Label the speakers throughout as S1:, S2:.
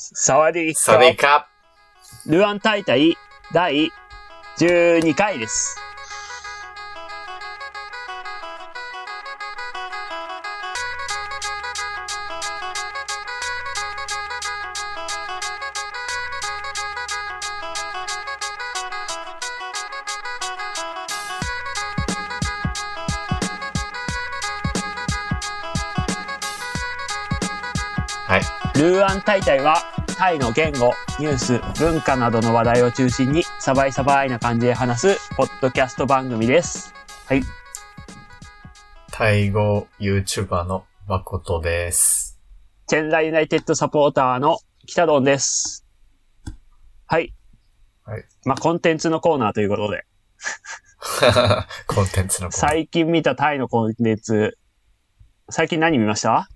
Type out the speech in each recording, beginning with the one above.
S1: サワディー
S2: サディカ
S1: ルアン大会第12回です。
S2: はい。
S1: ルーアン大会はタイの言語、ニュース、文化などの話題を中心にサバイサバイな感じで話すポッドキャスト番組です。はい。
S2: タイ語 YouTuber の誠 です。
S1: チェンラユナイテッドサポーターの北丼です。はい。
S2: はい。
S1: まあ、コンテンツのコーナーということで、
S2: コンテンツのコーナー
S1: 最近見たタイのコンテンツ、最近何見ました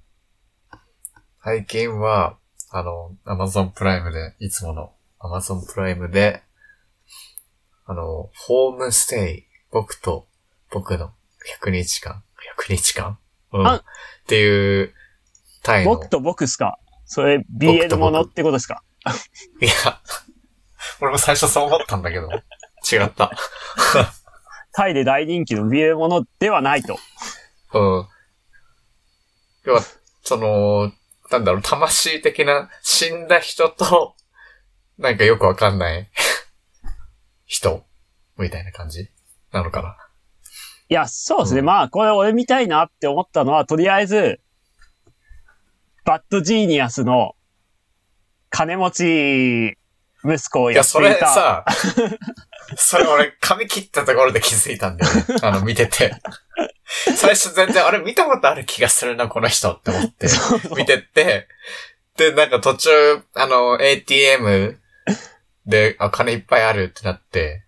S2: 最近は、あの、Amazon プライムで、いつもの Amazon プライムで、あの、ホームステイ、僕と僕の100日間、100日間うん。
S1: あ
S2: っていう、タイの
S1: 僕、と僕っすかそれ
S2: 僕
S1: BL
S2: と僕
S1: ものってことですか
S2: いや、 俺も最初そう思ったんだけど、違った。
S1: タイで大人気の BL ものではないと。
S2: うん。要は、その、なんだろう、魂的な、死んだ人と、なんかよくわかんない人、みたいな感じなのかな。
S1: いや、そうですね。
S2: うん
S1: まあ、これ俺見たいなって思ったのは、とりあえず、バッドジーニアスの金持ち息子を
S2: い
S1: や
S2: や、
S1: って
S2: そ
S1: い
S2: れ
S1: た。
S2: さ、 それ俺、髪切ったところで気づいたんだ よね。あの、見てて。最初全然、あれ見たことある気がするな、この人って思って。見てって、で、なんか途中、あの、ATM で、あ、金いっぱいあるってなって、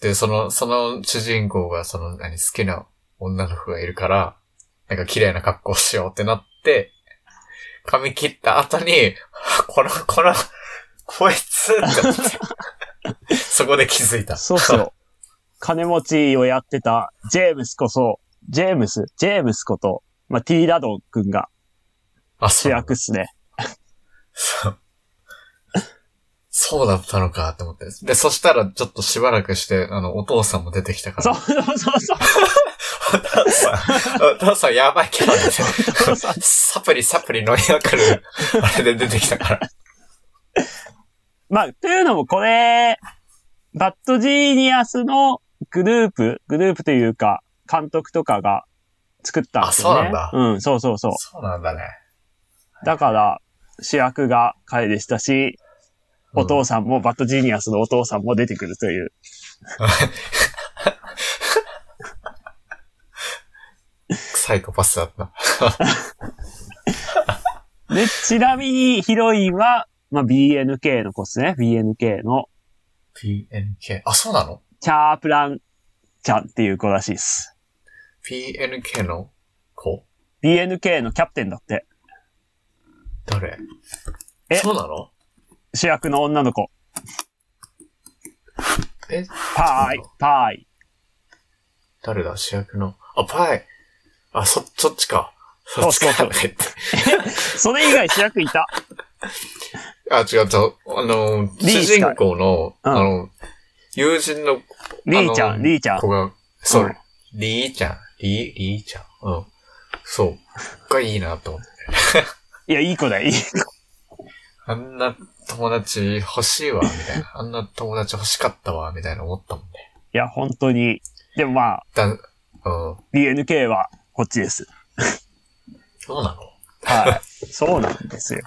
S2: で、その、その主人公が、その、何、好きな女の子がいるから、なんか綺麗な格好しようってなって、髪切った後に、 あこの、この、こいつってなって、 そこで気づいた。
S1: そうっすよ。金持ちをやってた、ジェームスこそ、ジェームス、ジェームスこと、まあ、ティーラドン君が
S2: あ、そ
S1: 主
S2: う。
S1: 役っすね。
S2: そう。そうだったのかと思って。で、そしたら、ちょっとしばらくして、あの、お父さんも出てきたから。
S1: そうそうそうそう。
S2: お父さん、お父さんやばいキャラで、
S1: 父さん
S2: サプリサプリ飲みまくる、あれで出てきたから。
S1: まあ、というのもこれ、バッドジーニアスのグループ、グループというか、監督とかが作ったんですよね。
S2: あそうなんだ
S1: うん、そうそうそう。
S2: そうなんだね。
S1: だから、主役が彼でしたし、
S2: うん
S1: お父さんも、バッドジーニアスのお父さんも出てくるという。
S2: サイコパスだった。
S1: で、ちなみにヒロインは、まあ、BNK の子ですね。BNK の
S2: PNK。あ、そうなの
S1: チャープランちゃんっていう子らしいです。
S2: ?PNK の子
S1: BNK のキャプテンだって、
S2: 誰
S1: え
S2: そうなの
S1: 主役の女の子。
S2: え
S1: パーイ、パーイ。
S2: 誰だ主役の。あ、パイ。あ、そ、そっちか。そっちか。
S1: そうそうそれ以外主役いた。
S2: あ、違う違う。あの、
S1: リー
S2: 主
S1: スか
S2: 人公の、
S1: うん
S2: あの、友人の
S1: リーちゃん、リーちゃん
S2: 子。が、そう、
S1: うん
S2: リーちゃん、リー、リーちゃん、うん。そう。がいいなと思って。
S1: いや、いい子 だよ。いい
S2: あんな友達欲しいわ、みたいな。あんな友達欲しかったわ、みたいな思ったもんね。
S1: いや、本当に。でもまあ、
S2: だ、うん。
S1: BNK はこっちです。
S2: そうなの
S1: はい。 そうなんですよ。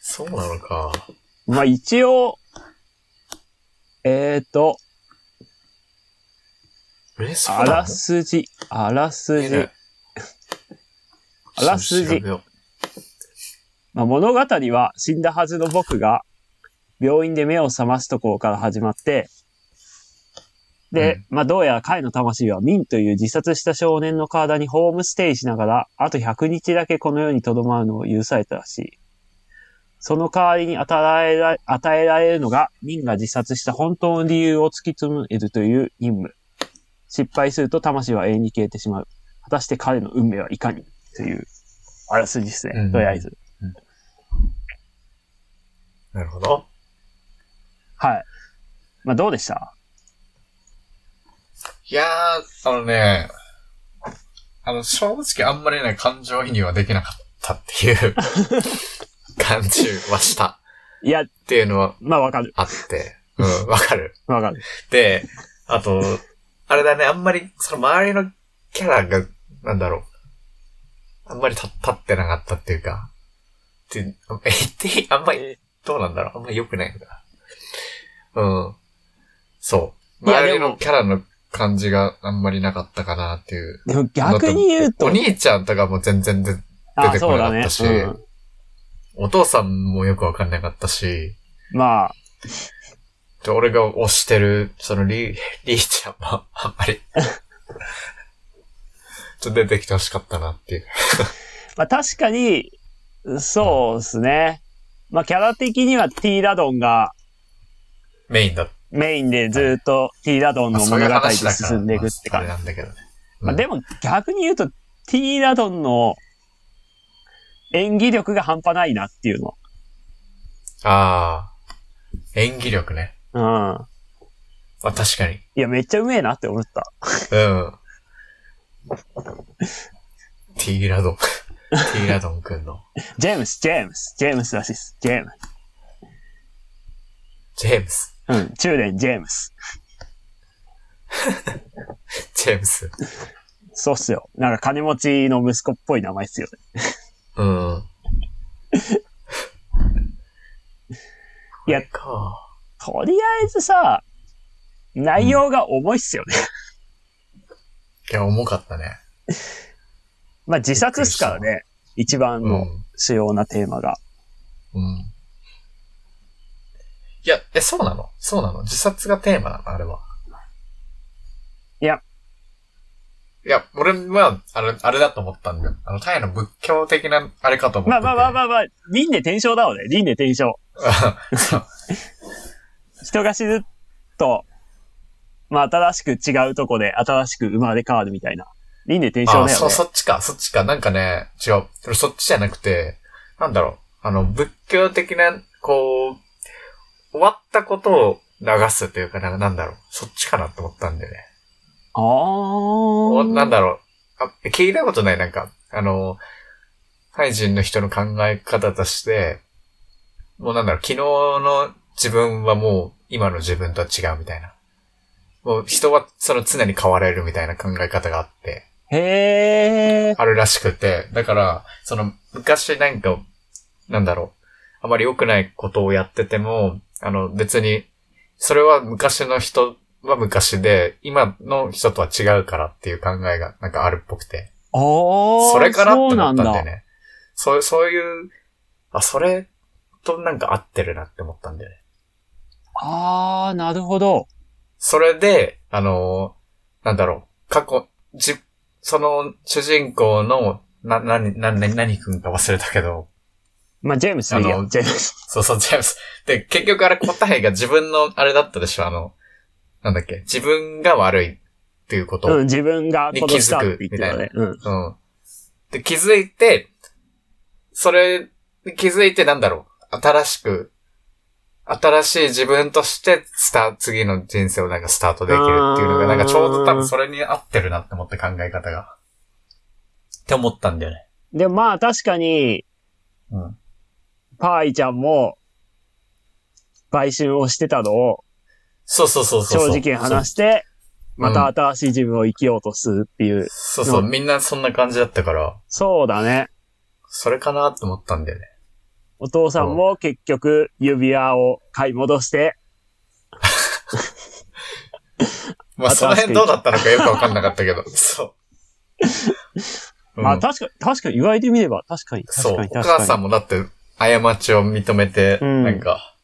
S2: そうなのか。
S1: まあ一応、えーと、
S2: え、そう
S1: あ
S2: なの
S1: らすじ、あらす
S2: え
S1: じ。
S2: ね
S1: あらすじ
S2: ちょっと調べよ
S1: まあ、物語は死んだはずの僕が病院で目を覚ますところから始まって、で、まあ、どうやら彼の魂はミンという自殺した少年の体にホームステイしながら、あと100日だけこの世に留まるのを許されたらしい。その代わりに与えられ、与えられるのが、ミンが自殺した本当の理由を突き詰めるという任務。失敗すると魂は永遠に消えてしまう。果たして彼の運命はいかにという、あらすじですね、
S2: うん
S1: とりあえず。
S2: うんなるほど。
S1: はい。まあ、どうでした
S2: いやー、あのね、あの、正直あんまりね、感情移入はできなかったっていう 感じはした
S1: いや、
S2: っていうのは
S1: まあ、わかる。
S2: あって、うん、わかる。
S1: わかる。
S2: で、あと、あれだね、あんまり、その周りのキャラが、なんだろう。あんまり立立ってなかったっていうか、っていう、あんま言っていい あんまり、どうなんだろうあんまり良くないのかな。うん。そう。
S1: いや
S2: 周り
S1: で
S2: の
S1: も
S2: キャラの感じがあんまりなかったかなっていう。
S1: でも逆に言う
S2: お
S1: と、
S2: 兄ちゃんとかも全然で、出
S1: あ、
S2: てこ
S1: そう
S2: なか
S1: だ
S2: っ
S1: ね
S2: た。し、
S1: うん
S2: お父さんもよくわかんなかったし、
S1: まあ、
S2: で俺が推してる、そのリー、 リーちゃんも、あんまり、ちょっと出てきてほしかったなっていう。
S1: まあ確かに、そうですね。まあキャラ的には T ラドンが
S2: メインだっ
S1: メインでずっと T ラドン
S2: た。
S1: の
S2: そうい
S1: 物
S2: う
S1: 語で
S2: 話だから。
S1: 進んでいくって
S2: まああれ
S1: 感じ。
S2: なんだけどね。うん
S1: まあでも逆に言うと T ラドンの演技力が半端ないなっていうの。
S2: ああ。演技力ね。
S1: うん。
S2: まあ確かに。
S1: いや、めっちゃうめえなって思った。
S2: うん。ティーラドン。ティーラドンくんの。
S1: ジェームス、ジェームス、ジェームスらしいっす。ジェームス。
S2: ジェームス。
S1: うん。中連、ジェームス。
S2: ジェームス。
S1: そうっすよ。なんか金持ちの息子っぽい名前っすよね。
S2: うん。
S1: いや
S2: これか。
S1: とりあえずさ、内容が重いっすよね。
S2: いや、重かったね。
S1: まあ自殺っすからね。一番
S2: う
S1: の
S2: ん。
S1: 主要なテーマが。
S2: うん。いや、え、そうなのそうなの自殺がテーマなのあれは。
S1: いや。
S2: いや、俺は、あれ、あれだと思ったんだよ。あの、タイの仏教的な、あれかと思ってて。
S1: まあまあまあ まあまあ、輪廻転生だわね。輪廻転生。
S2: そう
S1: 人が死ぬと、まあ新しく違うとこで新しく生まれ変わるみたいな。輪廻転生だよ
S2: あ、
S1: ね。
S2: そ、そっちか、そっちか。なんかね、違う。でもそっちじゃなくて、なんだろう。あの、仏教的な、こう、終わったことを流すというか、ななんだろう。そっちかなって思ったんだよね。
S1: あー
S2: おなんだろう。あ、聞いたことない、なんか、あの、ハイジンの人の考え方として、もうなんだろう、昨日の自分はもう今の自分とは違うみたいな。もう人はその常に変われるみたいな考え方があって、
S1: へー。
S2: あるらしくて、だから、その昔なんか、なんだろう、あまり良くないことをやってても、あの別に、それは昔の人は昔で、今の人とは違うからっていう考えがなんかあるっぽくて。
S1: おー。
S2: それからって思
S1: そう
S2: った
S1: なんん
S2: だよ
S1: だ。
S2: ね。そうそういう、あ、それとなんか合ってるなって思ったんだよね。
S1: あー、なるほど。
S2: それで、あのーなんだろう、過去、じ、その主人公の、な、な、な、な、何君か忘れたけど、
S1: まあジェームスでいい
S2: あ
S1: や。
S2: の
S1: ジェームス。
S2: そうそう、ジェームス。で、結局あれ答えが自分の、あれだったでしょ、あの、なんだっけ、自分が悪いっていうこと。
S1: うん、自分が
S2: に
S1: 殺したっ
S2: 気
S1: て
S2: づく
S1: 言ってたね。うん。
S2: うん。で、気づいて、それ、気づいてなんだろう。新しく、新しい自分として、スタート、次の人生をなんかスタートできるっていうのが、
S1: あー
S2: なんかちょうど多分それに合ってるなって思って考え方が。って思ったんだよね。
S1: でもまあ確かに、
S2: うん。
S1: パーイちゃんも、売春をしてたのを、
S2: そうそうそうそう
S1: 正
S2: そう。
S1: 直に話して、
S2: そ
S1: ま
S2: う
S1: た新しい自分を生きようとするっていう。
S2: そうそう、
S1: う
S2: みんなそんな感じだったから、
S1: そうだね。
S2: それかなって思ったんだよね。
S1: お父さんも結局指輪を買い戻して、
S2: まあその辺どうだったのかよくわかんなかった けど、そう。
S1: ま
S2: う
S1: あ
S2: ん
S1: 確か、確かに言われてみれば、確かに、確
S2: そう。
S1: か
S2: お
S1: に、確か
S2: 母
S1: に。
S2: さんもだって、過ちを認めて、
S1: うん
S2: なんか、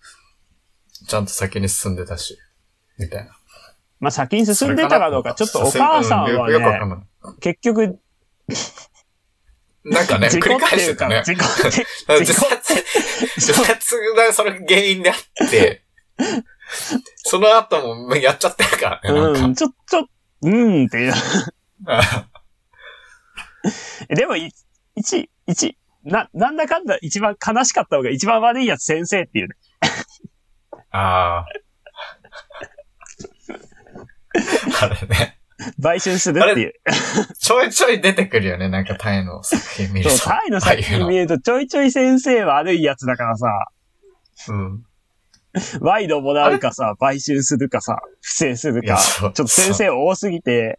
S2: ちゃんと先に進んでたし、みたいな。
S1: まあ先に進んでたかどうか、ちょっとお母さんは
S2: うんよくわかん
S1: ね、
S2: ない。
S1: 結局、
S2: なんかね、
S1: 事故
S2: 繰り
S1: って
S2: 返し
S1: い
S2: て
S1: うか、
S2: たね。
S1: 事故って、
S2: 自殺、自殺がそれが原因であ って、その後もやっちゃってるからね、なんか
S1: う。ん、ちょ、ちょ、うんっていう。でも、い一、一、な、なんだかんだ一番悲しかったのが一番悪いやつ先生っていうね。
S2: ああ。あれね。
S1: 買収するっていう。
S2: ちょいちょい出てくるよね、なんかタイの作品見る
S1: そ
S2: と。
S1: う、タイの作品見るとちょいちょい先生悪いやつだからさ、
S2: うん。
S1: ワイドもらうかさ、買収するかさ、不正する
S2: い
S1: か
S2: や、そ
S1: ちょ
S2: う
S1: っと先生多すぎて、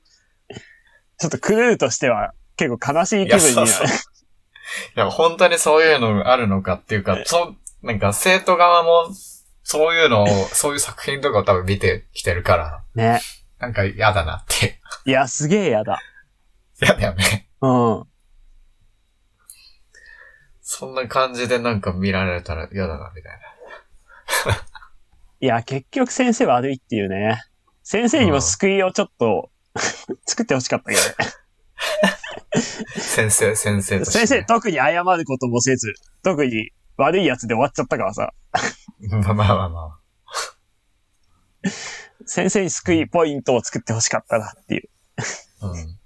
S1: ちょっとクルーとしては結構悲しい気分になる。
S2: いやそういや、本当にそういうのあるのかっていうか、そう、なんか生徒側も、そういうのを、そういう作品とかを多分見てきてるから、
S1: ね。
S2: なんか嫌だなって。
S1: いや、すげえやだ。
S2: 嫌だよね。
S1: うん。
S2: そんな感じでなんか見られたら嫌だな、みたい
S1: いや、結局先生悪いっていうね。先生にも救いをちょっと、 作ってほしかったけどね。
S2: な。先生、先生として、
S1: 先生、特に謝ることもせず、特に悪いやつで終わっちゃったからさ、
S2: まあまあまあまあ。
S1: 先生に救いポイントを作ってほしかったなっていう。
S2: うん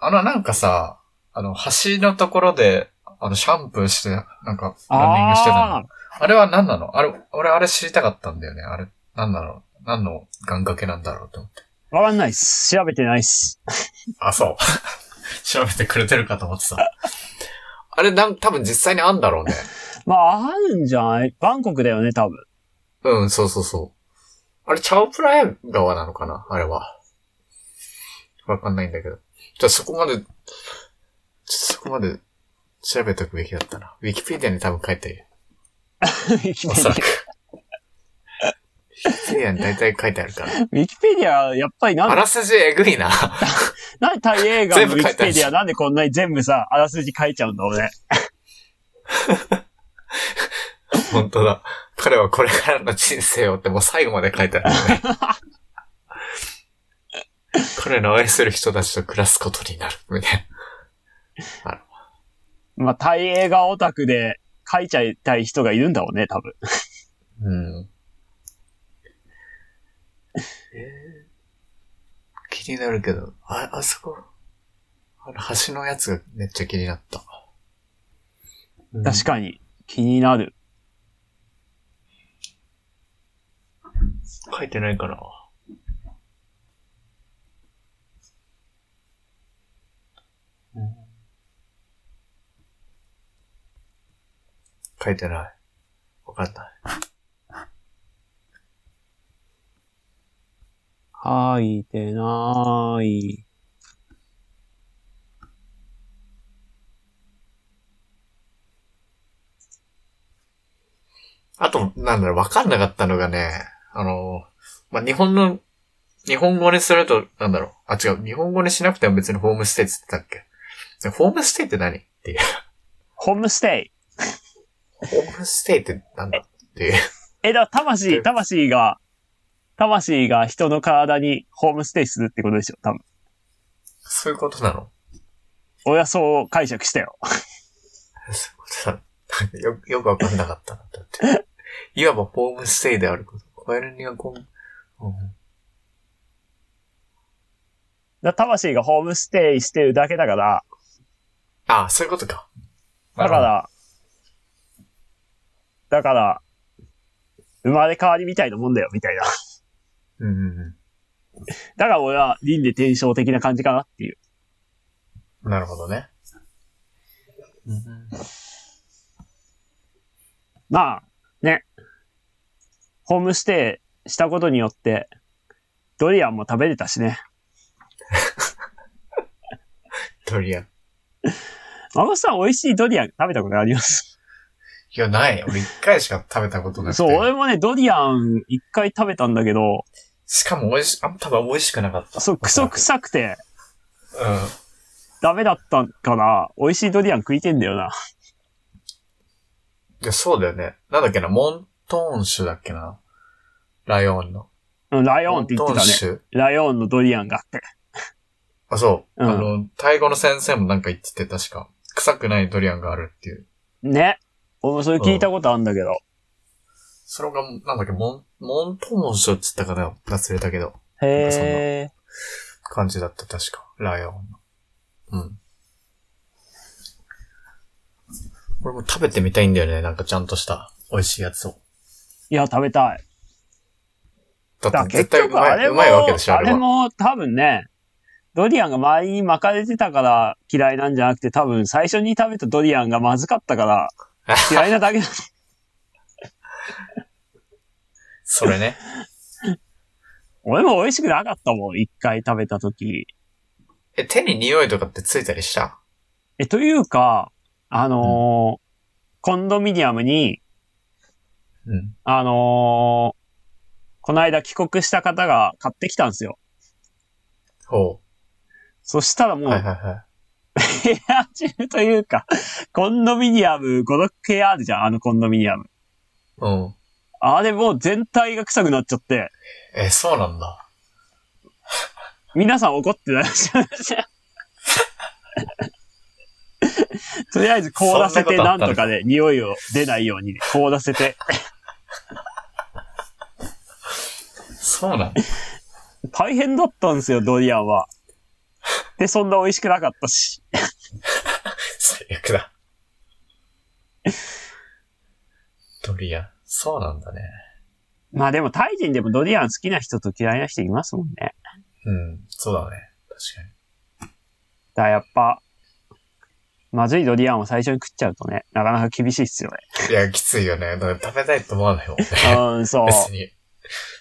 S2: あの、なんかさ、あの、橋のところで、あの、シャンプーして、なんか、ランニングしてたの。あ
S1: あ
S2: れは何なのあれ、俺、あれ知りたかったんだよね。あれ、何なの何の願掛けなんだろうと思って。
S1: ー、わかんないっす。調べてないっす。
S2: あ、そう。 調べてくれてるかと思ってた。あれ、なん、多分実際にあんだろうね。
S1: まあ、あるんじゃないバンコクだよね、多分。
S2: うん、そうそうそう。あれ、チャオプラヤ川なのかなあれは。わかんないんだけど。じゃあそこまで、そこまで調べとくべきだったな。ウィキペディアに多分書いてるよ。おそらく。ウィキペディアに大体書いてあるから。
S1: ウィキペディア、やっぱり
S2: あ
S1: なん、
S2: らすじえぐいな。
S1: なんでタイ映画のウ
S2: 全
S1: ィ
S2: 部書
S1: キ
S2: いてあ
S1: ペ
S2: る
S1: デ
S2: し
S1: ィアなんでこんなに全部さ、あらすじ書いちゃうんだ、俺。
S2: 本当だ。彼はこれからの人生をってもう最後まで書いてあるよね。 彼の愛する人たちと暮らすことになる。みたいな。あら
S1: まあ、タイ映画オタクで書いちゃいたい人がいるんだろうね、多分。
S2: うん。気になるけど、あ、あそこ、あの橋のやつがめっちゃ気になった。
S1: 確かに、気になる。
S2: に。書いてないかな。書いてない。わかんない。
S1: 書いてない。
S2: あと、なんだろう、わかんなかったのがね、あの、まあ、日本の、日本語にすると、なんだろう、あ、違う、日本語にしなくても別にホームステイって言ってたっけホームステイって何っていう。
S1: ホームステイ。
S2: ホームステイってなんだっていう。
S1: え、だから
S2: う
S1: 魂、
S2: ん
S1: 魂が、魂が人の体にホームステイするってことでしょ、多分。
S2: そういうことなの
S1: 俺はそう解釈したよ。
S2: そういうことなの よ、よくわかんなかったな、だって。いわばホームステイであること。コエルニアコン、うん
S1: だから魂がホームステイしてるだけだから、
S2: あ、そういうことか。
S1: だか
S2: なる
S1: ら、だから、生まれ変わりみたいなもんだよ、みたいな。
S2: ほど。うんうん
S1: だから俺は輪廻転生的な感じかなっていう。
S2: うん。なるほどね。うんうん
S1: まあ、ね。ホームステイしたことによって、ドリアンも食べれたしね。
S2: とりあえず。
S1: 孫さん美味しいドリアン食べたことあります
S2: いや、ない。俺一回しか食べたことなくて。
S1: そう、俺もね、ドリアン一回食べたんだけど、
S2: しかも美味し、あん多分美味しくなかった。
S1: そう、クソ臭くて、
S2: うん。
S1: ダメだったから、美味しいドリアン食いてんだよな。
S2: いや、そうだよね。なんだっけな、モントーン種だっけな。ライオンの。
S1: うん、ライオンって言ってたね。
S2: モントーン種
S1: ライオンのドリアンがあって。
S2: あ、そう。
S1: うん
S2: あの、タイ語の先生もなんか言ってて、確か。臭くないドリアンがあるっていう。
S1: ね。俺もそれ聞いたことあるんだけど。
S2: それが、なんだっけ、モン、モントーン種って言ったかな忘れたけど。
S1: へえ。
S2: 感じだった、確か。ライオンの。うん。俺も食べてみたいんだよね。なんかちゃんとした美味しいやつを。
S1: いや、食べたい。
S2: だ
S1: だ
S2: って
S1: 結
S2: 絶対う
S1: 局あ
S2: まい、
S1: れ
S2: う
S1: も、
S2: まいわけでしょ、あ
S1: あ
S2: れ
S1: れ
S2: は。
S1: も多分ね、ドリアンが周りに巻かれてたから嫌いなんじゃなくて、多分最初に食べたドリアンがまずかったから嫌いなだけだ。
S2: それね。
S1: 俺も美味しくなかったもん、一回食べた時。
S2: え、手に匂いとかってついたりした
S1: え、というか、あのーコンドミニアムに、
S2: うん。
S1: あのーこの間帰国した方が買ってきたんですよ。
S2: ほ
S1: そしたらも
S2: う。
S1: う、
S2: はいはいは
S1: 部
S2: い。
S1: 屋中というか、コンドミニアム5、6部屋あるじゃん、あのコンドミニアム。
S2: うん。
S1: あれもう全体が臭くなっちゃって、
S2: え、そうなんだ。
S1: 皆さん怒ってらっしゃ いました。とりあえず凍らせて
S2: そんな
S1: な
S2: ことあった
S1: ん
S2: の
S1: とかで匂いを出ないように凍らせて。
S2: そうなんだ。
S1: 大変だったんですよ、ドリアンは。で、そんな美味しくなかったし。
S2: 最悪だ。ドリアン。そうなんだね。
S1: まあでもタイ人でもドリアン好きな人と嫌いな人いますもんね。
S2: うん。そうだね。確かに。
S1: だからやっぱ、まずいドリアンを最初に食っちゃうとね、なかなか厳しいっすよね。
S2: いや、きついよね。だから食べたいと思わないもんね。
S1: うん、そう。
S2: 別に。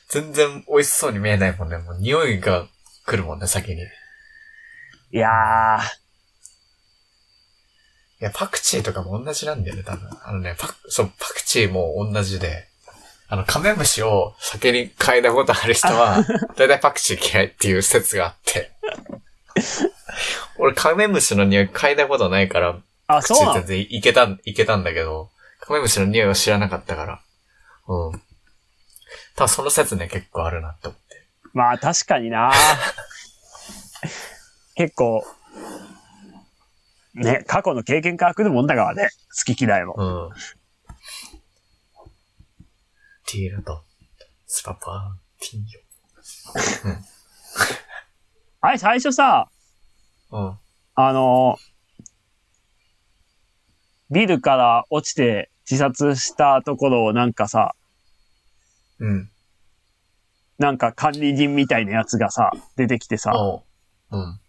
S2: 全然美味しそうに見えないもんね。もう匂いが来るもんね、先に。い
S1: いやー、
S2: や、パクチーとかも同じなんだよね、多分。あのね、パク、そう、パクチーも同じで。あの、カメムシを酒に嗅いだことある人 は、だいたいパクチー嫌いっていう説があって。俺、カメムシの匂い嗅いだことないから、
S1: あ、
S2: 口
S1: そうなの
S2: 全然いけたん、いけたんだけど、カメムシの匂いを知らなかったから。うん。多分その説ね、結構あるなって思って。
S1: まあ確かにな結構、ね、過去の経験から来るもんだからね、好き嫌いも。
S2: うん。ティーラと、スパパーティー
S1: あれ最初さ、
S2: ヨ。
S1: あのビルから落ちて自殺したところをなんかさ、
S2: うん。うん。
S1: なんか管理人みたいなやつがさ、出てきてさ、
S2: おう。うん。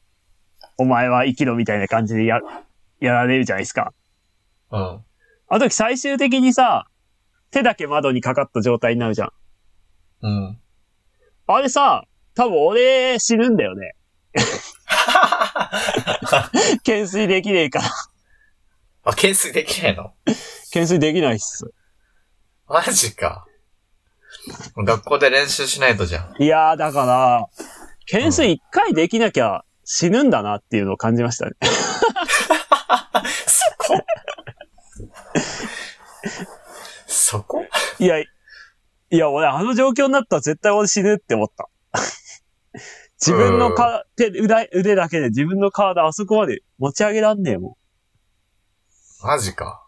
S1: お前は生きろみたいな感じでや、やられるじゃないですか。
S2: うん。
S1: あの時最終的にさ、手だけ窓にかかった状態になるじゃん。
S2: うん。
S1: あれさ、多分俺死ぬんだよね。懸垂できねえから。
S2: あ、懸垂できないの
S1: 懸垂できないっす。
S2: マジか。学校で練習しないとじゃん。
S1: いやー、だから、懸垂一回できなきゃ死ぬんだなっていうのを感じましたね。
S2: そこそこ
S1: いや、いや、俺あの状況になったら絶対俺死ぬって思った。 自分のか手腕、腕だけで自分の体あそこまで持ち上げらんねえも
S2: マジか。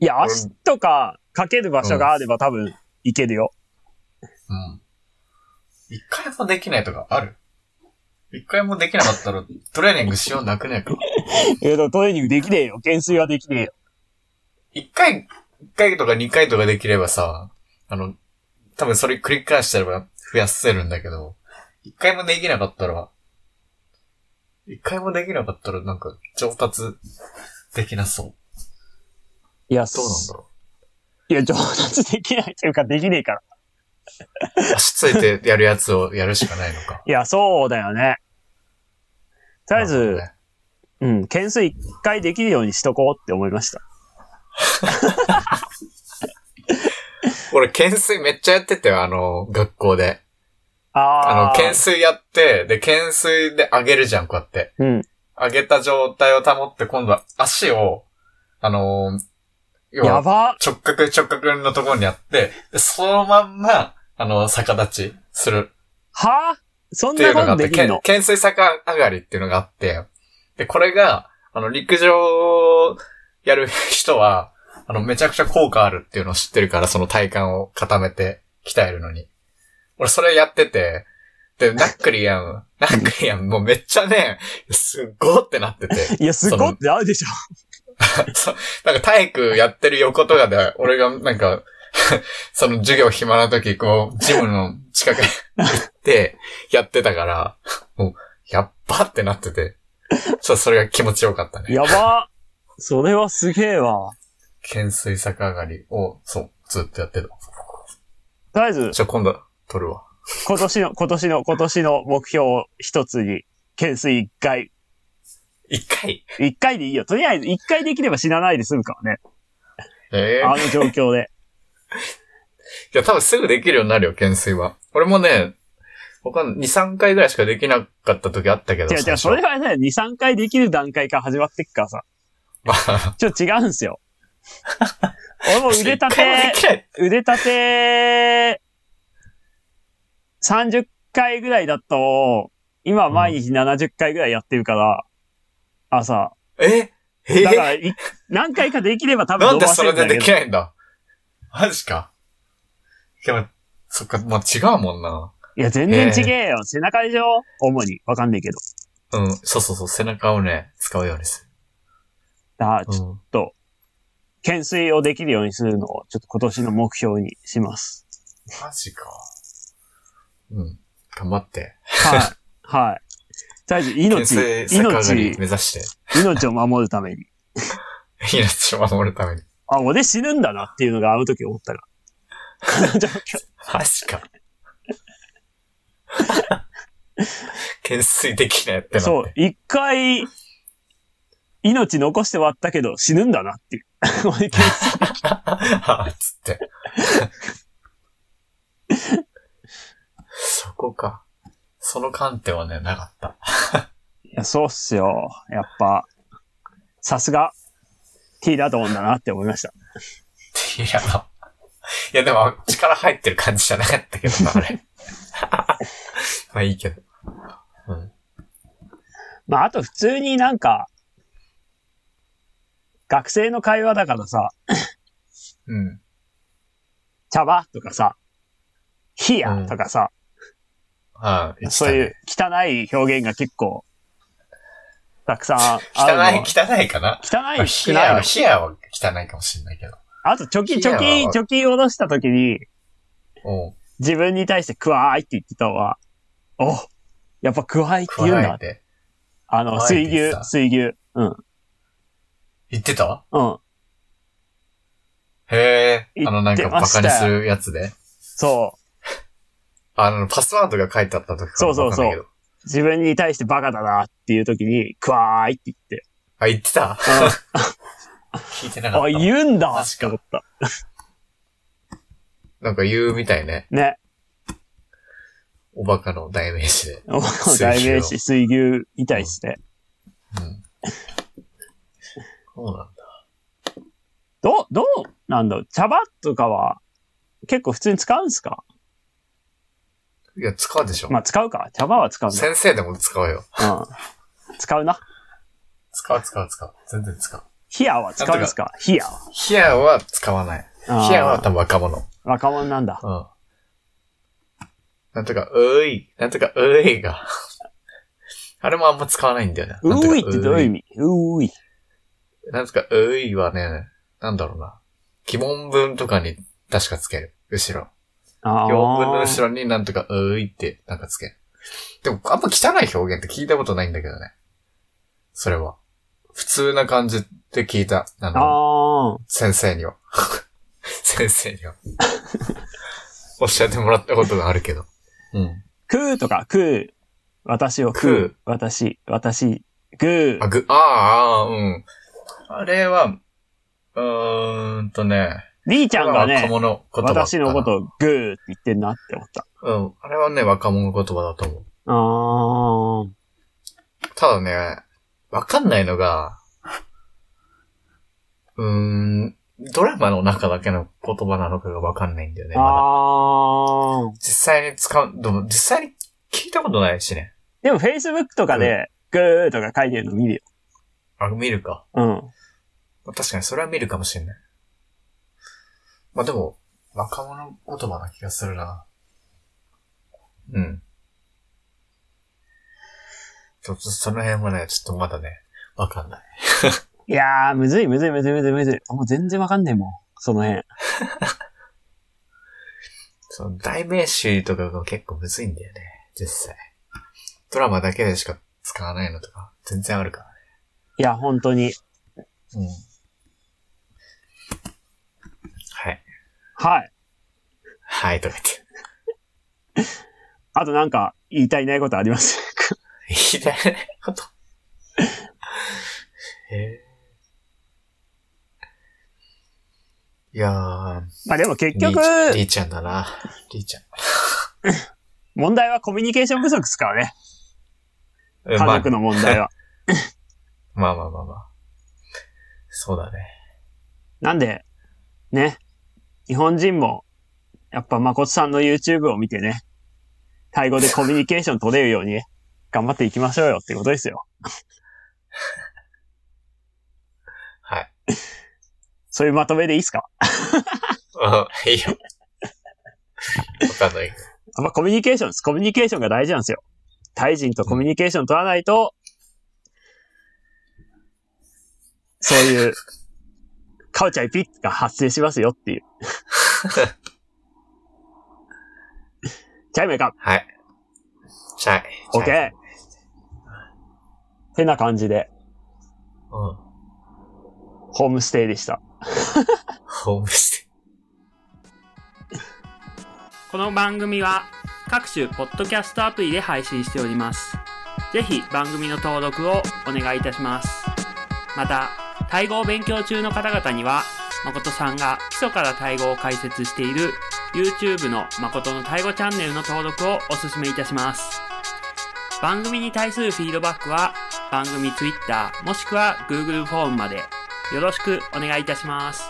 S1: ん。いや、足とかかける場所があれば多分いけるよ。
S2: うん。一回もできないとかある一回もできなかったら トレーニングしようなくねえか
S1: えーと、トレーニングできねえよ。懸垂はできねえよ。
S2: 一回、一回とか二回とかできればさ、あの、多分それ繰り返してれば増やせるんだけど、一回もできなかったら、一回もできなかったらなんか上達できなそう。
S1: いや、
S2: どうなんだろ
S1: いや、上達できないというか、できねえから。
S2: う。足ついてやるやつをやるしかないのか。
S1: いや、そうだよね。とりあえ
S2: なるほ
S1: ず
S2: ど、ね
S1: うん、懸垂一回できるようにしとこうって思いました。
S2: 俺、懸垂めっちゃやってたよ、あの、学校で。あの、
S1: あー
S2: 懸垂やって、で、懸垂で上げるじゃん、こうやって。
S1: うん。
S2: 上げた状態を保って、今度は足を、あのー要
S1: や
S2: は
S1: ば。
S2: 直角直角のところにあって、でそのまんま、あの、逆立ちする
S1: はぁそん
S2: ってい
S1: な
S2: うの
S1: こ
S2: があ
S1: と
S2: っ
S1: で
S2: て、
S1: き
S2: け
S1: る
S2: ん
S1: の
S2: 懸垂坂上がりっていうのがあって、で、これが、あの、陸上やる人は、あの、めちゃくちゃ効果あるっていうのを知ってるから、その体幹を固めて鍛えるのに。俺、それやってて、で、ナックリアン、ナックリアン、もうめっちゃね、すっごーってなってて。
S1: いや、すごってあるでしょ。
S2: そう、なんか体育やってる横とかで、俺がなんか、 その授業暇な時、こう、ジムの近くに 行って、やってたから、もう、やっばってなってて、ちょっとそれが気持ちよかったね。
S1: やばそれはすげえわ。
S2: 懸垂逆上がりを、そう、ずっとやってた。
S1: とりあえず、
S2: じゃあ今度、撮るわ。
S1: 今年の、今年の、今年の目標を一つに、懸垂一回。
S2: 一回
S1: 一回でいいよ。とりあえず一回できれば死なないで済むからね。
S2: ええ
S1: あの状況 で。
S2: いや、多分すぐできるようになるよ、懸垂は。俺もね、他の2、3回ぐらいしかできなかった時あったけど。
S1: 違う違
S2: 最
S1: う、
S2: 初
S1: それはね、2、3回できる段階から始まってっからさ。
S2: まあ
S1: ちょっと違うんすよ。俺も腕立
S2: 一回も
S1: て
S2: で、きない
S1: 腕立て、30回ぐらいだと、今毎日70回ぐらいやってるから、朝。
S2: ええ
S1: だからい、何回かできれば多分
S2: なん
S1: 伸
S2: で
S1: ばせ
S2: そ
S1: る
S2: れ
S1: んだ
S2: で
S1: けど
S2: でき。ないんだマジか。でも、そっか、まあ違うもんな。
S1: いや、全然違えよ。背中でしょ主に。わかんないけど。
S2: うん、そうそうそう、背中をね、使うようにす
S1: だから、
S2: る。
S1: ちょ
S2: うん。
S1: 懸垂をできるようにするのを、ちょっと今年の目標にします。
S2: マジか。うん。頑張って。
S1: はい。はい。とりあえず、
S2: 懸
S1: 命、
S2: 垂逆上がり
S1: 命、
S2: 目指して。
S1: 命を守るために。
S2: 命を守るために。
S1: あ、俺死ぬんだなっていうのがあの時思ったから。この状況
S2: マジ か。懸垂できないってなって。
S1: そう、一回、命残して終わったけど死ぬんだなっていう。 俺懸垂
S2: あつって。そこか。その観点はね、なかった。
S1: いやそうっすよ。やっぱ、さすが、T だと思うんだなって思いました。
S2: いや、あいやでも、力入ってる感じじゃなかったけどな、あれ。 まあいいけど。うん。
S1: まあ、あと普通になんか、学生の会話だからさ、
S2: うん。
S1: 茶葉とかさ、火やとかさ、
S2: ああ、言って
S1: そ
S2: た
S1: うい
S2: ね
S1: う汚い表現が結構、たくさんあるのは
S2: 汚い、汚いかな。
S1: 汚い少
S2: ヒア
S1: な。
S2: はいヒアは汚いかもしれないけど。
S1: あと、貯金、
S2: ヒア
S1: 貯
S2: は
S1: 金、貯金を下ろした時に、
S2: おう
S1: 自分に対してクワーいって言ってたのは、おやっぱクワーいって
S2: 食
S1: 言うん
S2: わない
S1: だ。
S2: で。
S1: あの、
S2: クワイ
S1: 水
S2: って言って
S1: 牛
S2: た、
S1: 水牛。うん、
S2: 言ってた
S1: うん。
S2: へえ。あの、なん
S1: 言っ
S2: か、
S1: てま
S2: バ
S1: した
S2: カ
S1: よ
S2: にするやつで。
S1: そう。
S2: あの、パスワードが書いてあった時からわかんないけど。
S1: そうそうそ自分に対してバカだなっていう時に、クワーいって言って。
S2: あ、言ってた
S1: う
S2: 聞いてなんか
S1: あ、
S2: った。
S1: 言うんだ
S2: 確
S1: って
S2: か
S1: 思った。
S2: なんか言うみたいね。
S1: ね。
S2: おバカの代名詞で。
S1: お
S2: 牛
S1: 代名詞、水牛みたいですね。
S2: うん。そうなんだ。
S1: どう、どうなんだろう茶葉とかは、結構普通に使うんすか
S2: いや、使うでしょ。
S1: まあ、使うか。茶葉は使うん
S2: 先生でも使うよ。
S1: だ。うん。使うな。
S2: 使う使う使う。全然使う。
S1: ヒアは使うんすかヒアは。
S2: ヒアは使わない。ヒアは
S1: あー
S2: 多分若者。うん。
S1: 若者なんだ。
S2: なんとか、うーい。なんとか、うーいが。 あれもあんま使わないんだよね。
S1: う
S2: なんとか
S1: ーいってどういう意味うーい。
S2: なんですか、ういはね、なんだろうな。疑問文とかに確かつける。後ろ。
S1: あ
S2: 疑問文の後
S1: ー
S2: ろになんとか、ういってなんかつける。でも、あんま汚い表現って聞いたことないんだけどね。それは。普通な感じで聞いた。あの、
S1: あー。
S2: 先生には。 先生には。おっしゃってもらったことがあるけど。うん。
S1: 食うとか、食う。私を食
S2: 食
S1: う
S2: う。
S1: 私、私、グ
S2: あ、
S1: ー。
S2: ぐ、あーあー、うん。あれは、うーんとね。
S1: りーちゃんが
S2: 若
S1: ね、
S2: 者言葉かな。
S1: 私のことをグーって言ってんなって思った。
S2: うん。あれはね、若者言葉だと思う。
S1: あー。
S2: ただね、わかんないのが、うーん、ドラマの中だけの言葉なのかがわかんないんだよね。まだ
S1: あー。
S2: 実際に使う、でも実際に聞いたことないしね。
S1: でも Facebook とかで、グーとか書いてるの見るよ。
S2: あ、見るか。
S1: うん。
S2: 確かにそれは見るかもしれない。まあでも、若者言葉な気がするな。うん。ちょっとその辺もね、ちょっとまだね、わかんない。
S1: いやー、むずいむずいむずいむずいむずい。もう全然わかんねえもん。その辺。
S2: その代名詞とかが結構むずいんだよね、実際。ドラマだけでしか使わないのとか、全然あるからね。
S1: いや、本当に。
S2: うん。はい。
S1: はい。
S2: はい、とか言って。
S1: あとなんか言いたいないことあり ます。
S2: 言いたいこと。えーいやー、
S1: まあでも結
S2: り
S1: 局、
S2: ーりーちゃんだな。りーちゃん。
S1: 問題はコミュニケーション不足ですからね。
S2: う
S1: 家
S2: ん
S1: 族の問題は。
S2: まあまあまあまあ。そうだね。
S1: なんで、ね、日本人も、やっぱ誠さんの YouTube を見てね、タイ語でコミュニケーション取れるように、頑張っていきましょうよってことですよ。
S2: はい。
S1: そういうまとめでいいですか
S2: うん、い いよ。わかんないけ
S1: やっ
S2: ど。
S1: ぱコミュニケーションです。コミュニケーションが大事なんですよ。タイ人とコミュニケーション取らないと、そういう、カウチャイピッが発生しますよ っていう。チャイムか
S2: はい。チャイ。
S1: オッケ
S2: チャイ
S1: ーてな感じで、
S2: うん。
S1: ホームステイでした。
S2: ホームステ
S3: この番組は各種ポッドキャストアプリで配信しております。ぜひ番組の登録をお願いいたします。また、タイ語を勉強中の方々には、誠さんが基礎からタイ語を解説している YouTube の誠のタイ語チャンネルの登録をお勧めいたします。番組に対するフィードバックは番組 Twitter もしくは Google フォームまでよろしくお願いいたします。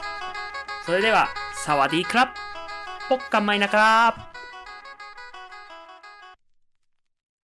S3: それでは、サワディークラップポッカンマイナカー